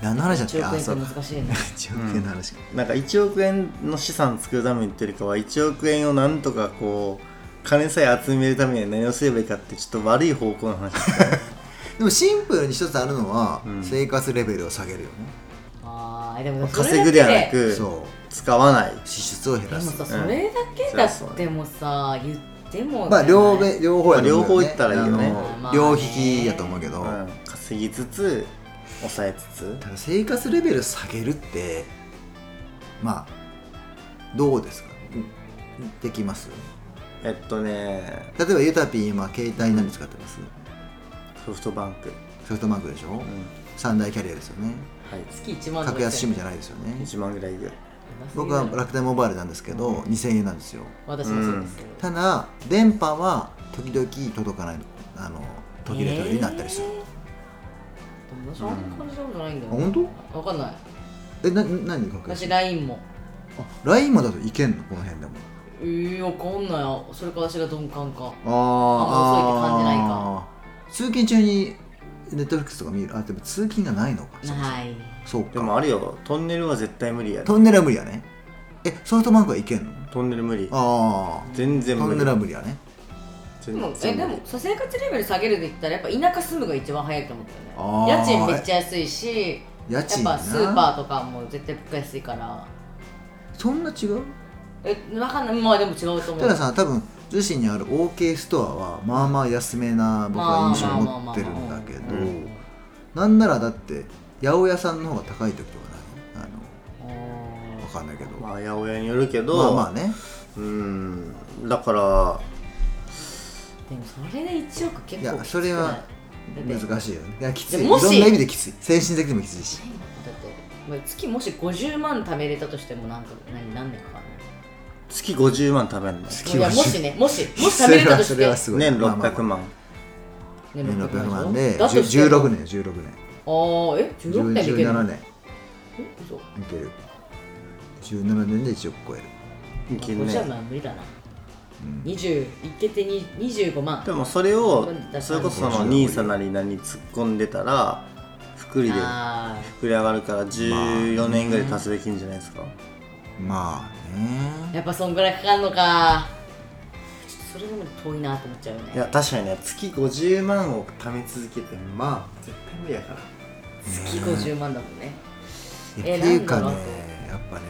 [SPEAKER 2] 何の話だっ
[SPEAKER 3] 1
[SPEAKER 2] け
[SPEAKER 3] 億
[SPEAKER 2] あ
[SPEAKER 3] 円っ
[SPEAKER 2] そう
[SPEAKER 3] て
[SPEAKER 2] か
[SPEAKER 3] 難しいね
[SPEAKER 2] 1億円の話か、
[SPEAKER 1] なんか1億円の資産作るためにっていうよりかは1億円をなんとかこう金さえ集めるためには何をすればいいかってちょっと悪い方向の 話
[SPEAKER 2] でもシンプルに一つあるのは、
[SPEAKER 1] うん
[SPEAKER 2] 生活レベルを下げるよね、
[SPEAKER 3] あーでもそれだけ
[SPEAKER 1] 稼ぐではなく
[SPEAKER 2] そう
[SPEAKER 1] 使わない
[SPEAKER 2] 支出を減
[SPEAKER 3] で
[SPEAKER 2] ら
[SPEAKER 3] も
[SPEAKER 2] す
[SPEAKER 3] さそれだけだってもさ言っても
[SPEAKER 2] まあ両
[SPEAKER 3] 面
[SPEAKER 2] べ両方やと思うけど
[SPEAKER 1] まあ両方いったらいいよね
[SPEAKER 2] あの
[SPEAKER 3] まあね
[SPEAKER 2] 両利きやと思うけど、
[SPEAKER 1] うん、稼ぎつつ抑えつつ
[SPEAKER 2] ただ生活レベル下げるってまあどうですかできます
[SPEAKER 1] えっとね
[SPEAKER 2] 例えばゆたぴー今携帯何使ってます、
[SPEAKER 1] ソフトバンク、
[SPEAKER 2] ソフトバンクでしょ、
[SPEAKER 1] うん
[SPEAKER 2] 三大キャリアですよね
[SPEAKER 1] はい、
[SPEAKER 3] 月1万とか
[SPEAKER 2] 格安シムじゃないですよね
[SPEAKER 1] 1万ぐらいで
[SPEAKER 2] 僕は楽天モバイルなんですけど、2000円なんですよ
[SPEAKER 3] 私もそうです、
[SPEAKER 2] ただ電波は時々届かないあの途切れ途切れになったりする、
[SPEAKER 3] えーでも私あんま感じたことないんだよ、
[SPEAKER 2] あ本
[SPEAKER 3] 当わかんない
[SPEAKER 2] えな何か
[SPEAKER 3] 私 LINE も
[SPEAKER 2] LINE もだといけんのこの辺でも
[SPEAKER 3] えー、わかんないそれか私が鈍感か
[SPEAKER 2] あ
[SPEAKER 3] あ遅いって感じないか
[SPEAKER 2] あ通勤中にネットフリックスとか見るあでも通勤がないのか
[SPEAKER 3] ない
[SPEAKER 2] そうか
[SPEAKER 1] でもあれよトンネルは絶対無理やで
[SPEAKER 2] トンネルは無理やねえソフトバンクはいけんの
[SPEAKER 1] トンネル無理
[SPEAKER 2] ああ
[SPEAKER 1] 全然
[SPEAKER 2] ト
[SPEAKER 1] 無
[SPEAKER 2] ンネ
[SPEAKER 1] 理
[SPEAKER 2] ルは無理やね
[SPEAKER 3] でも
[SPEAKER 1] 全然
[SPEAKER 3] えで
[SPEAKER 1] 無理
[SPEAKER 3] もさ生活レベル下げるで言ったらやっぱ田舎住むが一番早いと思った
[SPEAKER 2] あ
[SPEAKER 3] よね
[SPEAKER 2] ー
[SPEAKER 3] 家賃めっちゃ安いし
[SPEAKER 2] 家
[SPEAKER 3] やっ
[SPEAKER 2] 賃
[SPEAKER 3] ぱスーパ
[SPEAKER 2] な
[SPEAKER 3] ーとかも絶対物価安いから
[SPEAKER 2] そんな違う
[SPEAKER 3] えわかんないまあでも違うと思
[SPEAKER 2] ただ
[SPEAKER 3] う
[SPEAKER 2] さ多分逗子にある OK ストアはまあまあ安めな僕は印象を持ってるんだけど
[SPEAKER 1] まあまあまあまあうん
[SPEAKER 2] なんならだって八百屋さんの方が高い時とかない
[SPEAKER 3] あ
[SPEAKER 2] あの分
[SPEAKER 3] ー
[SPEAKER 2] かんないけど、
[SPEAKER 1] まあ八百屋によるけど、
[SPEAKER 2] まあまあね
[SPEAKER 1] うんだから
[SPEAKER 3] でもそれで1億結構
[SPEAKER 2] いやそれは難しいよねいやきついい
[SPEAKER 3] も
[SPEAKER 2] ろん
[SPEAKER 3] し
[SPEAKER 2] な意味できつい精神的にもきついし
[SPEAKER 3] だってまあ月もし50万貯めれたとしてもなんか何何年かかる
[SPEAKER 1] 月50万貯めるの
[SPEAKER 2] 月
[SPEAKER 3] いや
[SPEAKER 2] 50
[SPEAKER 3] もしねもしもし貯めれたとし
[SPEAKER 2] そ
[SPEAKER 3] て
[SPEAKER 2] れはすごい
[SPEAKER 1] 年
[SPEAKER 2] まあまあまあ
[SPEAKER 1] 600万、
[SPEAKER 3] ね
[SPEAKER 2] 年600万で
[SPEAKER 3] だとしても
[SPEAKER 2] 16年16年
[SPEAKER 3] ああえ16年でいける
[SPEAKER 2] 17
[SPEAKER 3] の
[SPEAKER 2] 年
[SPEAKER 3] え嘘
[SPEAKER 2] いける17年で1億超える
[SPEAKER 1] いける
[SPEAKER 3] 50万
[SPEAKER 1] ね
[SPEAKER 3] は無理だな
[SPEAKER 2] うん
[SPEAKER 3] 20いけてに25万
[SPEAKER 1] でもそれを
[SPEAKER 3] うん
[SPEAKER 1] それこそその兄さんなり何に突っ込んでたら福利で
[SPEAKER 3] あ
[SPEAKER 1] 膨れ上がるから14年ぐらい達成できるんじゃないですか、
[SPEAKER 2] まあ
[SPEAKER 3] あ
[SPEAKER 2] ね
[SPEAKER 3] やっぱそんぐらいかかるのかちょっとそれでも遠いなと思っちゃうよね
[SPEAKER 1] いや確かにね月50万を貯め続けてまあ絶対無理やから
[SPEAKER 3] 月50万だもんね
[SPEAKER 2] い
[SPEAKER 3] え
[SPEAKER 2] やっていうか
[SPEAKER 3] な
[SPEAKER 2] ね
[SPEAKER 3] んだろ
[SPEAKER 2] やっぱね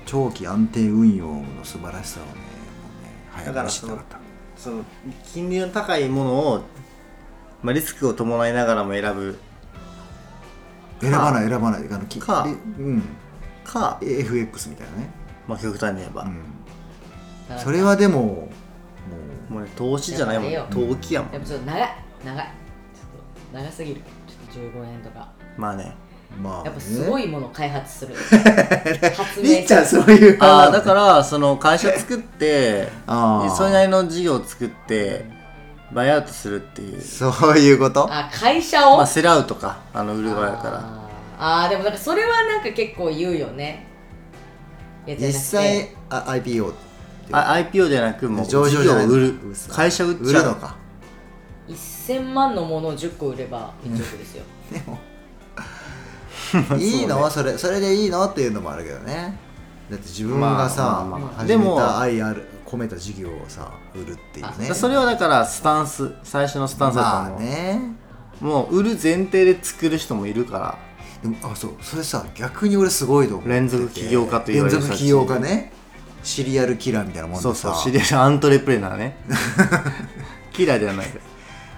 [SPEAKER 2] うん長期安定運用の素晴らしさをねもうね早く知ったかった
[SPEAKER 1] その金利の高いものを、まあ、リスクを伴いながらも選ぶ
[SPEAKER 2] 選ばない選ばないあのき
[SPEAKER 1] か
[SPEAKER 2] でうん
[SPEAKER 1] か、
[SPEAKER 2] FX みたいなね、
[SPEAKER 1] まあ、極端に言えば、
[SPEAKER 2] うん、
[SPEAKER 3] だから
[SPEAKER 2] それはでももう
[SPEAKER 1] もうね投資じゃないもん
[SPEAKER 3] やっぱ
[SPEAKER 1] 投機やもん
[SPEAKER 3] やっぱちょっと長い長いちょっと長すぎるちょっと15年とか
[SPEAKER 1] まあね
[SPEAKER 2] まあ、ね、
[SPEAKER 3] やっぱすご
[SPEAKER 2] い
[SPEAKER 3] いものを開発する発
[SPEAKER 2] り
[SPEAKER 3] 明
[SPEAKER 2] っちゃん
[SPEAKER 3] す
[SPEAKER 2] そ
[SPEAKER 3] る
[SPEAKER 2] ういう
[SPEAKER 1] ああだからその会社作って
[SPEAKER 2] あー
[SPEAKER 1] それなりの事業を作ってバイアウトするっていう
[SPEAKER 2] そういうこと
[SPEAKER 3] あ会社を、
[SPEAKER 1] まあセルアウトかあの売る側やから
[SPEAKER 3] あーあーでもなんかそれはなんか結構言うよねいやじゃ
[SPEAKER 2] 実
[SPEAKER 3] なくて
[SPEAKER 2] 際あ IPO
[SPEAKER 1] あ IPO じゃなくもう
[SPEAKER 2] 上場
[SPEAKER 1] 事
[SPEAKER 2] じ
[SPEAKER 1] 業
[SPEAKER 2] ゃない
[SPEAKER 1] を売る
[SPEAKER 2] 嘘
[SPEAKER 1] 会社売っ
[SPEAKER 2] 売
[SPEAKER 1] ち
[SPEAKER 2] る
[SPEAKER 1] ゃう
[SPEAKER 2] のか
[SPEAKER 3] 1000万のものを10個売れば1億ですよ
[SPEAKER 2] でもいいのそ,、れそれでいいのっていうのもあるけどねだって自分がさ、
[SPEAKER 1] まあまあまあ
[SPEAKER 2] 始
[SPEAKER 1] で
[SPEAKER 2] めた
[SPEAKER 1] も
[SPEAKER 2] 愛ある込めた事業をさ売るっていうね
[SPEAKER 1] それはだからスタンス最初のスタンスだと思
[SPEAKER 2] まあ
[SPEAKER 1] う、
[SPEAKER 2] ね
[SPEAKER 1] もう売る前提で作る人もいるから
[SPEAKER 2] でもあそうそれさ逆に俺すごいと思ってて
[SPEAKER 1] 連続起業家と言われる
[SPEAKER 2] 連続起業家ねシリアルキラーみたいなもんで
[SPEAKER 1] そ
[SPEAKER 2] さ
[SPEAKER 1] うそう知り合いのアントレプレナー ねキラーではないけど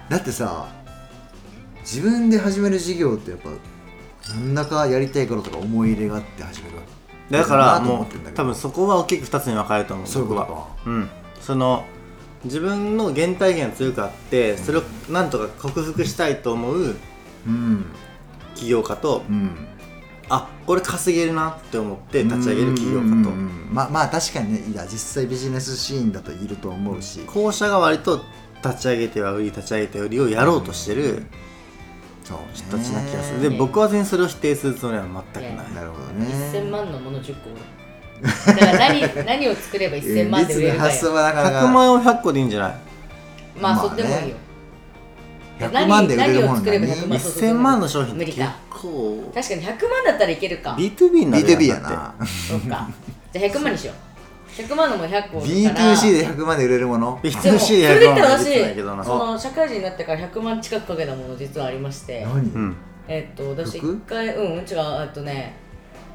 [SPEAKER 2] だってさ自分で始める事業ってやっぱなんだかやりたいからとか思い入れがあって始める
[SPEAKER 1] だから
[SPEAKER 2] なと思
[SPEAKER 1] も
[SPEAKER 2] ってんだ
[SPEAKER 1] う
[SPEAKER 2] け
[SPEAKER 1] 多
[SPEAKER 2] ど
[SPEAKER 1] 分そこは大きく2つに分かれると思う
[SPEAKER 2] そういうこと
[SPEAKER 1] 僕は
[SPEAKER 2] か
[SPEAKER 1] うんその自分の原体験が強くあってそれをなんとか克服したいと思う
[SPEAKER 2] うん
[SPEAKER 1] 起業家と、
[SPEAKER 2] うん
[SPEAKER 1] あこれ稼げるなって思って立ち上げる起業家
[SPEAKER 2] うんうんう
[SPEAKER 1] と、
[SPEAKER 2] んうんまあまあ確かにねいや実際ビジネスシーンだといると思うし、
[SPEAKER 1] 後者が割と立ち上げては売り立ち上げては売りをやろうとしてる
[SPEAKER 2] そうね
[SPEAKER 1] 人たちな気がする
[SPEAKER 3] ね
[SPEAKER 1] で僕は全然それを否定するつもりは全くない
[SPEAKER 2] なるほどね
[SPEAKER 3] 1000万のもの10個売るだから 何何を作れば1000万で売れる
[SPEAKER 2] えー律な
[SPEAKER 3] かよ
[SPEAKER 2] 発想はなかなか
[SPEAKER 1] 100万円を100個でいいんじゃない
[SPEAKER 3] まあ、
[SPEAKER 2] まあね
[SPEAKER 3] そっちでもいいよ
[SPEAKER 2] 100万で売れるもんだね
[SPEAKER 3] 何を作れば100万そうそうそう
[SPEAKER 1] 1000万の商品っ
[SPEAKER 3] 無
[SPEAKER 1] て
[SPEAKER 3] 理
[SPEAKER 1] 結
[SPEAKER 3] か
[SPEAKER 1] 構
[SPEAKER 3] 確かに100万だったらいけるか
[SPEAKER 1] B2B になる
[SPEAKER 2] B2B
[SPEAKER 1] だ
[SPEAKER 2] や
[SPEAKER 1] って
[SPEAKER 2] な
[SPEAKER 3] そうかじゃあ100万にしよう100万のも100個売るから
[SPEAKER 2] B2C で100万で売れるもの
[SPEAKER 3] でもそ
[SPEAKER 1] B2C
[SPEAKER 3] れ
[SPEAKER 1] で
[SPEAKER 3] で
[SPEAKER 1] 100
[SPEAKER 3] 言
[SPEAKER 1] 万
[SPEAKER 3] ったら
[SPEAKER 1] は
[SPEAKER 3] 私
[SPEAKER 1] できないけどな
[SPEAKER 3] その社会人になってから100万近くかけたもの実はありまして
[SPEAKER 2] 何、
[SPEAKER 1] うん
[SPEAKER 3] えっと私
[SPEAKER 2] 服
[SPEAKER 3] 一回うん違うえっとね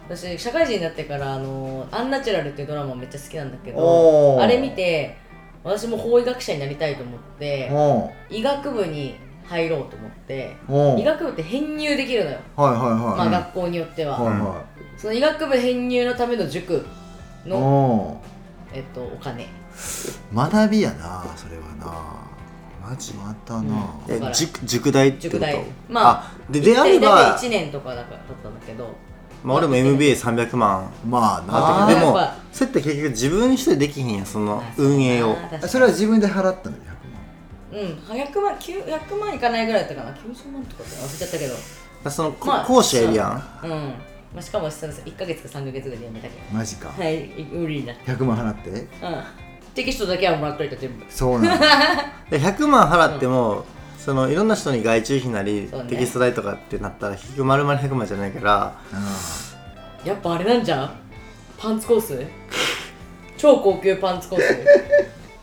[SPEAKER 3] 私社会人になってからあの「アンナチュラル」っていうドラマめっちゃ好きなんだけ
[SPEAKER 2] お
[SPEAKER 3] ど
[SPEAKER 2] ー
[SPEAKER 3] あれ見て私も法医学者になりたいと思って
[SPEAKER 2] おう
[SPEAKER 3] 医学部に入ろうと思って
[SPEAKER 2] おう
[SPEAKER 3] 医学部って編入できるのよ、
[SPEAKER 2] はいはい
[SPEAKER 3] ま
[SPEAKER 2] はい、
[SPEAKER 3] あ、学校によっては、
[SPEAKER 2] はいは
[SPEAKER 3] その医学部編入のための塾
[SPEAKER 2] い
[SPEAKER 3] の、
[SPEAKER 2] お
[SPEAKER 3] えっと、お金
[SPEAKER 2] う学びやなそれはなマジまたな、
[SPEAKER 3] うん
[SPEAKER 1] え塾塾代ってこと
[SPEAKER 3] 塾代ま
[SPEAKER 1] あでであれば
[SPEAKER 3] 1年とかだからだったんだけど
[SPEAKER 1] まあ、俺も MBA300 万
[SPEAKER 2] まあ
[SPEAKER 1] あ
[SPEAKER 2] な
[SPEAKER 1] ったけど
[SPEAKER 3] ー
[SPEAKER 1] でも
[SPEAKER 3] やっぱ
[SPEAKER 1] それって結局自分一人できひんやんその運営を
[SPEAKER 3] あ
[SPEAKER 2] え
[SPEAKER 3] ー
[SPEAKER 2] それは自分で払ったの100万
[SPEAKER 3] うん、100万、900万いかないぐらいだったかな、90万とかって忘れちゃったけど、
[SPEAKER 1] その、こ
[SPEAKER 3] まあ
[SPEAKER 1] 講師やるやん
[SPEAKER 3] うん、まあ、しかもその1か月か3か月ぐらいでやめたけど、
[SPEAKER 2] マジか
[SPEAKER 3] はい、無理になっ
[SPEAKER 2] 100万払って
[SPEAKER 3] た。うん、テキストだけはもらっといた、全部。
[SPEAKER 2] そうなん だ
[SPEAKER 1] で100万払っても、そのいろんな人に外注費なり、
[SPEAKER 3] そうね
[SPEAKER 1] テキスト代とかってなったら結局丸々100万じゃないから
[SPEAKER 2] う
[SPEAKER 3] やっぱあれなんじゃんパンツコ ース超高級パンツコース。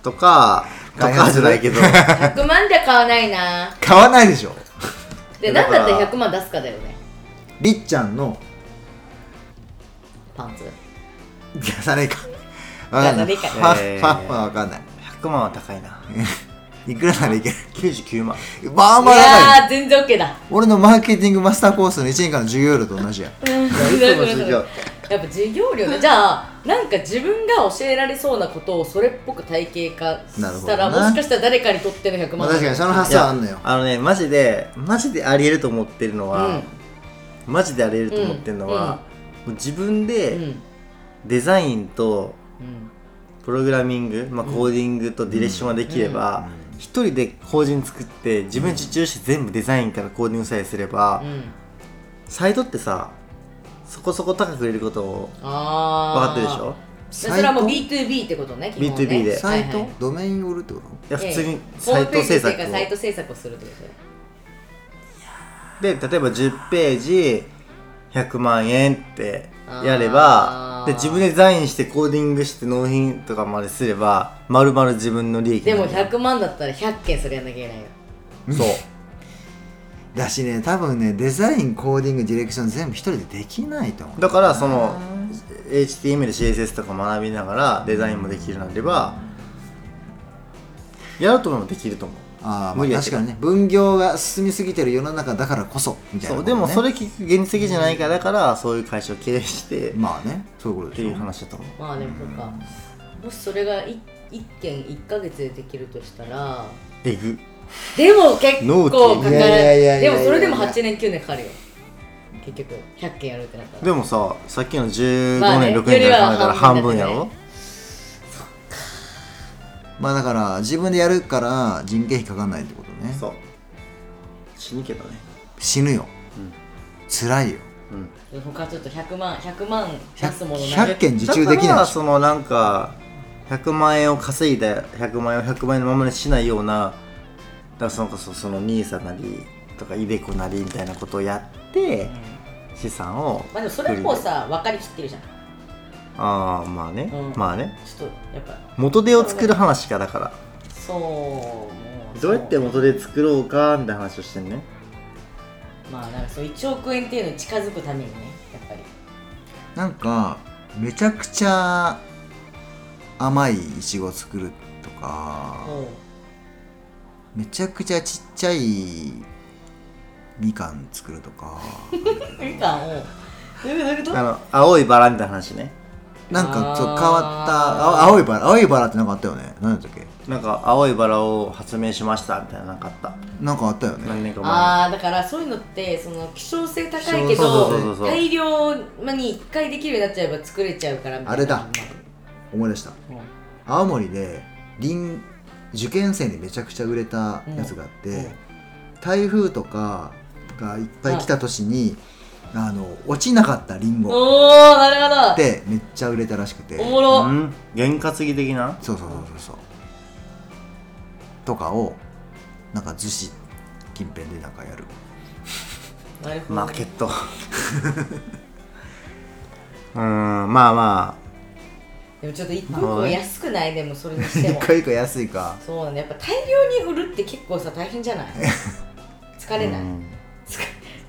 [SPEAKER 1] とかと
[SPEAKER 2] 開
[SPEAKER 1] か
[SPEAKER 2] 発す
[SPEAKER 1] じゃ
[SPEAKER 2] る。
[SPEAKER 1] ないけど
[SPEAKER 3] 100万じゃ買わないなん
[SPEAKER 2] 買わないでしょ
[SPEAKER 3] で、
[SPEAKER 1] いや
[SPEAKER 3] なんだった
[SPEAKER 1] だ
[SPEAKER 3] ら
[SPEAKER 1] から
[SPEAKER 3] 100万出すかだよね、
[SPEAKER 2] りっちゃんの
[SPEAKER 3] パンツ。
[SPEAKER 2] いやさねえかわかんない
[SPEAKER 3] いやさ
[SPEAKER 1] ねえか
[SPEAKER 2] ファンはわかんない
[SPEAKER 1] 100万は高い ない
[SPEAKER 2] くらならいける
[SPEAKER 1] 99万
[SPEAKER 2] まあまあ高い
[SPEAKER 3] いやー全然 OK だ
[SPEAKER 2] 俺のマーケティングマスターコースの1年間の授業料と同じや
[SPEAKER 3] うん
[SPEAKER 1] 嘘 の授業
[SPEAKER 3] やっぱ授業料ねじゃあなんか自分が教えられそうなことをそれっぽく体系化
[SPEAKER 2] なる
[SPEAKER 3] し
[SPEAKER 2] ほ
[SPEAKER 3] た
[SPEAKER 2] どな
[SPEAKER 3] らもしかしたら誰かにとっての100
[SPEAKER 2] まあ
[SPEAKER 3] 万
[SPEAKER 2] 確かにその発想はあんのよ
[SPEAKER 1] あのねマジでマジでありえると思ってるのは、
[SPEAKER 3] うん
[SPEAKER 1] マジでありえると思ってるのは、もう自分
[SPEAKER 3] うん
[SPEAKER 1] でデザインと
[SPEAKER 3] うん
[SPEAKER 1] プログラミング、まあ、コーディングとディレクションができれば
[SPEAKER 2] うん
[SPEAKER 1] 一、人で法人作って自分受注して全部デザインからコーディングさえすれば、
[SPEAKER 3] うん
[SPEAKER 1] サイトってさそこそこ高く売れることを
[SPEAKER 3] あ
[SPEAKER 1] 分
[SPEAKER 3] あ
[SPEAKER 1] かってるでしょ
[SPEAKER 3] それはもう
[SPEAKER 2] サイ
[SPEAKER 3] B2B ってことね基本ね
[SPEAKER 1] B2B で
[SPEAKER 2] サイ
[SPEAKER 3] は
[SPEAKER 2] ト
[SPEAKER 3] いはい
[SPEAKER 2] ドメインを売るってこと
[SPEAKER 1] いや普通に
[SPEAKER 3] ホ
[SPEAKER 1] サ
[SPEAKER 3] ー
[SPEAKER 1] イ
[SPEAKER 3] ムペ
[SPEAKER 1] ト
[SPEAKER 3] ージ
[SPEAKER 1] 制
[SPEAKER 3] って
[SPEAKER 1] 作
[SPEAKER 3] いうか
[SPEAKER 1] を
[SPEAKER 3] サイト制作をするってこと
[SPEAKER 1] で例えば10ページ100万円ってやれば
[SPEAKER 3] あー
[SPEAKER 1] で自分でデザインしてコーディングして納品とかまですればまるまる自分の利益
[SPEAKER 3] でも
[SPEAKER 1] 100
[SPEAKER 3] 100万だったら100件それやんなきゃいけないよ
[SPEAKER 1] そう
[SPEAKER 2] だしね多分ねデザインコーディングディレクション全部一人でできないと思う
[SPEAKER 1] だからその HTML、CSS とか学びながらデザインもできるようになればやろうと思えばできると思う
[SPEAKER 2] あー
[SPEAKER 1] 無理
[SPEAKER 2] ま
[SPEAKER 1] や
[SPEAKER 2] あ
[SPEAKER 1] けど
[SPEAKER 2] 確かにね分業が進みすぎてる世の中だからこそみたいな
[SPEAKER 1] そ
[SPEAKER 2] こ
[SPEAKER 1] う
[SPEAKER 2] とね、
[SPEAKER 1] でもそれ聞く現実的じゃないからだからそういう会社を経営してっ
[SPEAKER 2] まあねそういうことで
[SPEAKER 1] て
[SPEAKER 2] しょ
[SPEAKER 1] いう話だと思う
[SPEAKER 3] まあでもそっかもしそれが1件1ヶ月でできるとしたら
[SPEAKER 1] えぐ
[SPEAKER 3] でも結
[SPEAKER 1] 納
[SPEAKER 3] 構
[SPEAKER 1] 期
[SPEAKER 3] かかる
[SPEAKER 2] いやいやいやいや
[SPEAKER 3] でもそれでも8年9年かかるよ結局100件やるってなったら
[SPEAKER 1] でもささっきの15
[SPEAKER 3] まあね
[SPEAKER 1] 年、6年から考えたら半分や
[SPEAKER 3] よりは半分だ
[SPEAKER 1] ろ
[SPEAKER 3] って
[SPEAKER 2] まあだから自分でやるから人件費かかんないってことね
[SPEAKER 1] そう死ぬけどね
[SPEAKER 2] 死ぬよ、
[SPEAKER 1] うん
[SPEAKER 2] 辛いよ
[SPEAKER 1] うん
[SPEAKER 3] 他ちょっと100万100万出す
[SPEAKER 2] 100,
[SPEAKER 3] もの
[SPEAKER 2] 100件受
[SPEAKER 1] だか
[SPEAKER 2] 注できない
[SPEAKER 1] ら
[SPEAKER 2] でしょ
[SPEAKER 1] そのなんか100万円を稼いだ100万円を100万円のままにしないようなだからそのこそその NISA なりとかイデコなりみたいなことをやって
[SPEAKER 3] うん
[SPEAKER 1] 資産を
[SPEAKER 3] まあでもそれはもうさ分かりきってるじゃんち
[SPEAKER 1] ああまあね、
[SPEAKER 3] うん
[SPEAKER 1] まあね
[SPEAKER 3] ょっとやっぱ
[SPEAKER 1] 元手を作る話かだから
[SPEAKER 3] そうもう
[SPEAKER 1] どうやって
[SPEAKER 3] そう
[SPEAKER 1] 元手作ろうかみたいな話をしてんね
[SPEAKER 3] まあなんかそう1億円っていうのに近づくためにねやっぱり
[SPEAKER 2] なんかめちゃくちゃ甘いいちご作るとか、めちゃくちゃちっちゃいみかん作るとか
[SPEAKER 3] みかんをどういうこと
[SPEAKER 1] あの青いバラみたいな話ね
[SPEAKER 2] なんかそう
[SPEAKER 3] あー
[SPEAKER 2] 変わったあ青いバラ青いバラってなんかあったよね何だったっけ
[SPEAKER 1] なんか青いバラを発明しましたみたいななんかあった
[SPEAKER 2] なんかあったよね
[SPEAKER 1] 何年か前に
[SPEAKER 3] ああだからそういうのってその希少性高いけ
[SPEAKER 2] 希少そうそう
[SPEAKER 1] そう
[SPEAKER 3] ど
[SPEAKER 1] そう
[SPEAKER 3] 大量に1回できるようになっちゃえば作れちゃうからみたいな
[SPEAKER 2] あれだ思い出した
[SPEAKER 3] うん
[SPEAKER 2] 青森でりん受験生にめちゃくちゃ売れたやつがあって、
[SPEAKER 3] うんうん
[SPEAKER 2] 台風とかがいっぱい来た年に、あの落ちなかったりんご
[SPEAKER 3] おおなるほ
[SPEAKER 2] でめっちゃ売れたらしくて
[SPEAKER 3] どおもろ
[SPEAKER 1] うん験担ぎ的な
[SPEAKER 2] そうそうそうそうそうとかをなんか逗子近辺でなんかやる
[SPEAKER 3] なるほど
[SPEAKER 1] マーケッ トうーんまあま
[SPEAKER 3] でもちょっと一個一個安くないでもそれにして
[SPEAKER 2] 一
[SPEAKER 3] も
[SPEAKER 2] 個一個安いか
[SPEAKER 3] そうなんだやっぱ大量に売るって結構さ大変じゃない疲
[SPEAKER 1] あ、
[SPEAKER 3] れない、
[SPEAKER 1] う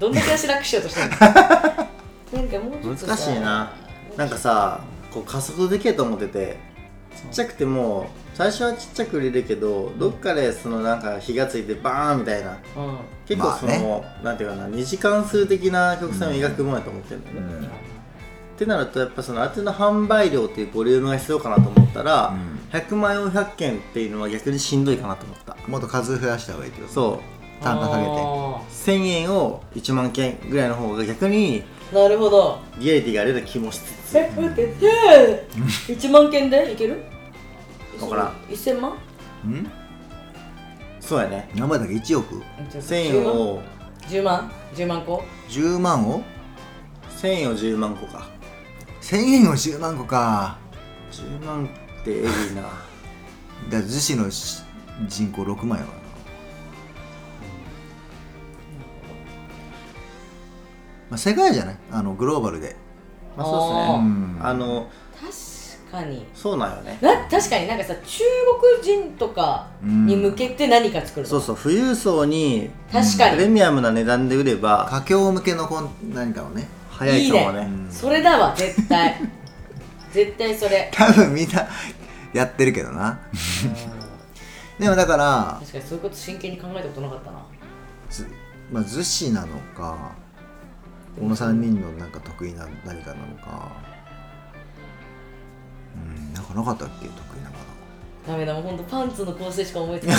[SPEAKER 3] どんだけ足楽しようとしてるのなんかもうちょっ
[SPEAKER 1] ん
[SPEAKER 3] とさ
[SPEAKER 1] 難しいななんかさこう加速できると思っててちっちゃくても最初はちっちゃく売れるけどどっかでそのなんか火がついてバーンみたいな
[SPEAKER 3] うん、うん
[SPEAKER 1] 結構その、なんていうかな二次関数的な曲線を描くもんやと思ってるんだよね、ってなるとやっぱそのある程度の販売量っていうボリュームが必要かなと思ったら、
[SPEAKER 2] うん
[SPEAKER 1] 100万円を100件っていうのは逆にしんどいかなと思った
[SPEAKER 2] もっと数増やした方がいいけど
[SPEAKER 1] そう
[SPEAKER 2] 単価下げて
[SPEAKER 3] あ
[SPEAKER 1] 1000円を1万件ぐらいの方が逆に
[SPEAKER 3] ーなるほど
[SPEAKER 1] リアリティがあるような気もしつつ
[SPEAKER 3] え待ってえー1万件でいける
[SPEAKER 1] わからん
[SPEAKER 3] 1000万
[SPEAKER 2] うん
[SPEAKER 1] そうやね
[SPEAKER 2] 何倍だっけ1億
[SPEAKER 1] 1000円を
[SPEAKER 3] 10万10万個
[SPEAKER 2] 10万を
[SPEAKER 1] 1000円を10万個か
[SPEAKER 2] 1000円を10万個か
[SPEAKER 1] 10万ってエグい な
[SPEAKER 2] だから逗子のし人口6万やからな、まあ、世界じゃないあのグローバルで
[SPEAKER 1] まあそうです
[SPEAKER 3] あー
[SPEAKER 1] ね
[SPEAKER 2] ん
[SPEAKER 1] あの
[SPEAKER 3] 確かに
[SPEAKER 1] そうなんよね
[SPEAKER 3] な確かになんかさ中国人とかに向けて何か作るの
[SPEAKER 1] そうそう富裕層に
[SPEAKER 3] 確か
[SPEAKER 1] プレ
[SPEAKER 3] に
[SPEAKER 1] ミアムな値段で売れば
[SPEAKER 2] 家境向けのこん何かをね
[SPEAKER 1] 早いかも
[SPEAKER 3] い
[SPEAKER 1] ね
[SPEAKER 3] い
[SPEAKER 2] ね
[SPEAKER 3] それだわ絶対 絶対それ
[SPEAKER 2] 多分みんなやってるけどなでもだから
[SPEAKER 3] 確かにそういうこと真剣に考えたことなかったな
[SPEAKER 2] ずまあ逗子なのかこの3人のなんか得意な何かなのかうんなんかなかったっけ得意なもの
[SPEAKER 3] ダメだもうほんとパンツの構成しか思いつかない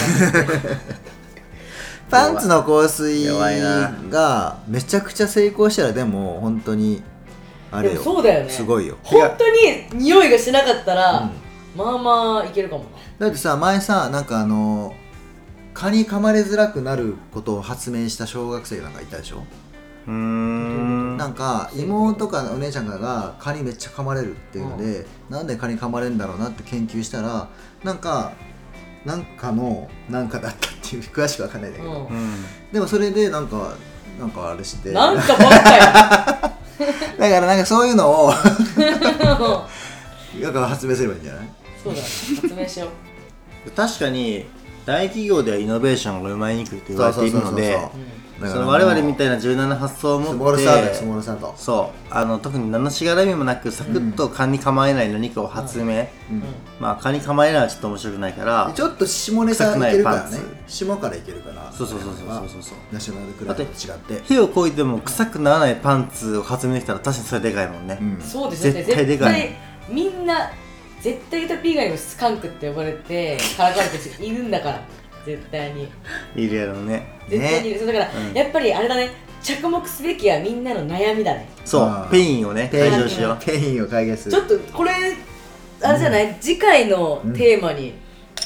[SPEAKER 2] パンツの香水
[SPEAKER 1] 弱いな
[SPEAKER 2] がめちゃくちゃ成功したらでも本当にあれ
[SPEAKER 3] で
[SPEAKER 2] よ
[SPEAKER 3] もそうだよね
[SPEAKER 2] すごいよ、
[SPEAKER 3] 本当に匂いがしなかったら、
[SPEAKER 2] うん
[SPEAKER 3] まあまあいけるかもな
[SPEAKER 2] だってさ前さなんかあの蚊に噛まれづらくなることを発明した小学生なんかいたでしょ、
[SPEAKER 1] うーん
[SPEAKER 2] なんか妹かお姉ちゃんかが蚊にめっちゃ噛まれるっていうので、なんで蚊に噛まれるんだろうなって研究したらなんかなんかのなんかだったっていう 詳しくわかんないんだけど、
[SPEAKER 3] う
[SPEAKER 1] うん
[SPEAKER 2] でもそれでなんかなんかあれして
[SPEAKER 3] ん
[SPEAKER 2] だ
[SPEAKER 3] なんかばっかや
[SPEAKER 2] からなんかそういうのを
[SPEAKER 3] そ
[SPEAKER 2] なんか発明すればいいんじゃないう
[SPEAKER 3] だ発明しよう
[SPEAKER 1] 確かに大企業ではイノベーションが生まれにくいと言われているので
[SPEAKER 2] そうそうそう
[SPEAKER 3] う
[SPEAKER 2] だ
[SPEAKER 1] そ
[SPEAKER 2] からも
[SPEAKER 1] の
[SPEAKER 2] う
[SPEAKER 1] 我々みたいな柔軟な発想を持
[SPEAKER 2] スモールサート
[SPEAKER 1] っ
[SPEAKER 2] よス
[SPEAKER 1] て
[SPEAKER 2] モールサート
[SPEAKER 1] そうあの特に何のしがらみもなくサクッと勘に構えない何かを発明、
[SPEAKER 2] うん
[SPEAKER 3] ん
[SPEAKER 1] まあ勘に構えないのはちょっと面白くないから
[SPEAKER 2] ちょっと下ネタいけるからね
[SPEAKER 1] 臭くないパン
[SPEAKER 2] 下からいけるから
[SPEAKER 1] そうそうそうそうそうそうそう
[SPEAKER 2] ナショナルクラブと違って
[SPEAKER 1] 火をこいても臭くならないパンツを発明できたら確かにそれでかいもんね、
[SPEAKER 2] うん
[SPEAKER 3] そうですよね
[SPEAKER 1] 絶対でかい
[SPEAKER 3] 絶対みんな絶対タピ以外もスカンクって呼ばれてからかれてる人いるんだから絶対に
[SPEAKER 1] いるやろうね
[SPEAKER 3] 絶対にいる、そうだから、
[SPEAKER 1] うん
[SPEAKER 3] やっぱりあれだね着目すべきはみんなの悩みだね
[SPEAKER 1] そ
[SPEAKER 2] あ
[SPEAKER 1] う
[SPEAKER 2] ー
[SPEAKER 1] ペインをね
[SPEAKER 2] ペイ
[SPEAKER 1] 解
[SPEAKER 2] ン
[SPEAKER 1] 消しよう
[SPEAKER 2] ペインを解決す
[SPEAKER 3] ちょっ
[SPEAKER 2] る
[SPEAKER 3] とこれあれじゃない、次回のテーマに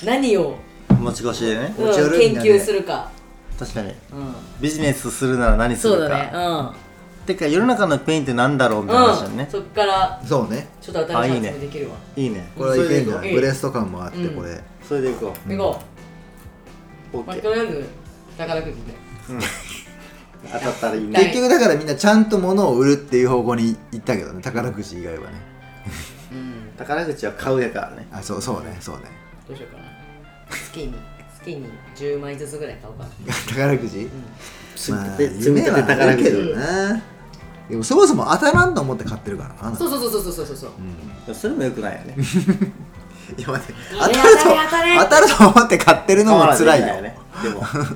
[SPEAKER 3] 何を、
[SPEAKER 1] 持ち越しでね
[SPEAKER 3] うん
[SPEAKER 2] 持ち寄るみん
[SPEAKER 3] 研
[SPEAKER 2] なで
[SPEAKER 3] 究するか、
[SPEAKER 1] 確かに
[SPEAKER 3] うん、
[SPEAKER 1] ビジネスするなら何す
[SPEAKER 3] そ
[SPEAKER 1] るか
[SPEAKER 3] うだねうん
[SPEAKER 1] てか世の中のペインってなんだろうみたいな話だ
[SPEAKER 3] うん
[SPEAKER 1] ね、
[SPEAKER 3] そっから
[SPEAKER 2] そうね
[SPEAKER 3] ちょっと新しい
[SPEAKER 1] あいいね
[SPEAKER 3] 発明できるわ
[SPEAKER 1] いいね
[SPEAKER 2] これはいけるんじゃな
[SPEAKER 3] う
[SPEAKER 2] い
[SPEAKER 3] ん
[SPEAKER 2] ブレスト感もあって
[SPEAKER 3] うん
[SPEAKER 2] これ
[SPEAKER 1] それでいこ
[SPEAKER 2] うん
[SPEAKER 3] 行こ
[SPEAKER 1] う
[SPEAKER 3] う、まあ、
[SPEAKER 1] OK
[SPEAKER 3] とりあえず宝くじで
[SPEAKER 1] 当たったらいい
[SPEAKER 3] はい
[SPEAKER 1] ね
[SPEAKER 2] 結局だからみんなちゃんと物を売るっていう方向に行ったけどね宝くじ以外はね
[SPEAKER 3] うん
[SPEAKER 1] 宝くじは買うやからね
[SPEAKER 2] あそうそうねそうね
[SPEAKER 3] どうしようかな月に月に10枚ずつぐらい買おうかな
[SPEAKER 2] 宝くじ
[SPEAKER 1] 積み
[SPEAKER 2] ま
[SPEAKER 1] 立
[SPEAKER 2] あ
[SPEAKER 1] て積み立て宝く
[SPEAKER 2] 夢はあるけ
[SPEAKER 1] じ
[SPEAKER 2] どなでもそもそも当たらんと思って買ってるからな
[SPEAKER 3] そうそうそうそうそうそうそう
[SPEAKER 2] うん
[SPEAKER 1] それもよくないよね
[SPEAKER 2] いや待って
[SPEAKER 3] 当たれ当たれ
[SPEAKER 2] 当たると思って買ってるのも辛
[SPEAKER 1] 買わ
[SPEAKER 2] い
[SPEAKER 1] なきゃ
[SPEAKER 2] よ
[SPEAKER 1] けなねでも
[SPEAKER 3] まあね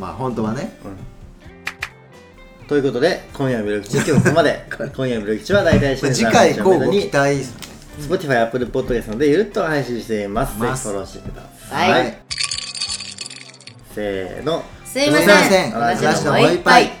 [SPEAKER 2] まあ本当はね
[SPEAKER 1] うんということで今夜の「ブロキチ」今日はここまで今夜の「ブロキチ」は大体
[SPEAKER 2] 次回こうご期待
[SPEAKER 1] Spotify、Apple Podcast などでゆるっと配信しています。ぜひ
[SPEAKER 2] ます
[SPEAKER 1] フォローしてくださ。
[SPEAKER 3] はいい
[SPEAKER 1] せーの。
[SPEAKER 3] すいま
[SPEAKER 2] いま
[SPEAKER 3] せ
[SPEAKER 2] せ
[SPEAKER 3] ん
[SPEAKER 2] ん
[SPEAKER 1] 私
[SPEAKER 3] 私
[SPEAKER 1] の
[SPEAKER 3] の
[SPEAKER 2] も
[SPEAKER 3] も
[SPEAKER 2] う
[SPEAKER 3] う
[SPEAKER 2] 一
[SPEAKER 3] 一
[SPEAKER 2] 杯
[SPEAKER 3] 杯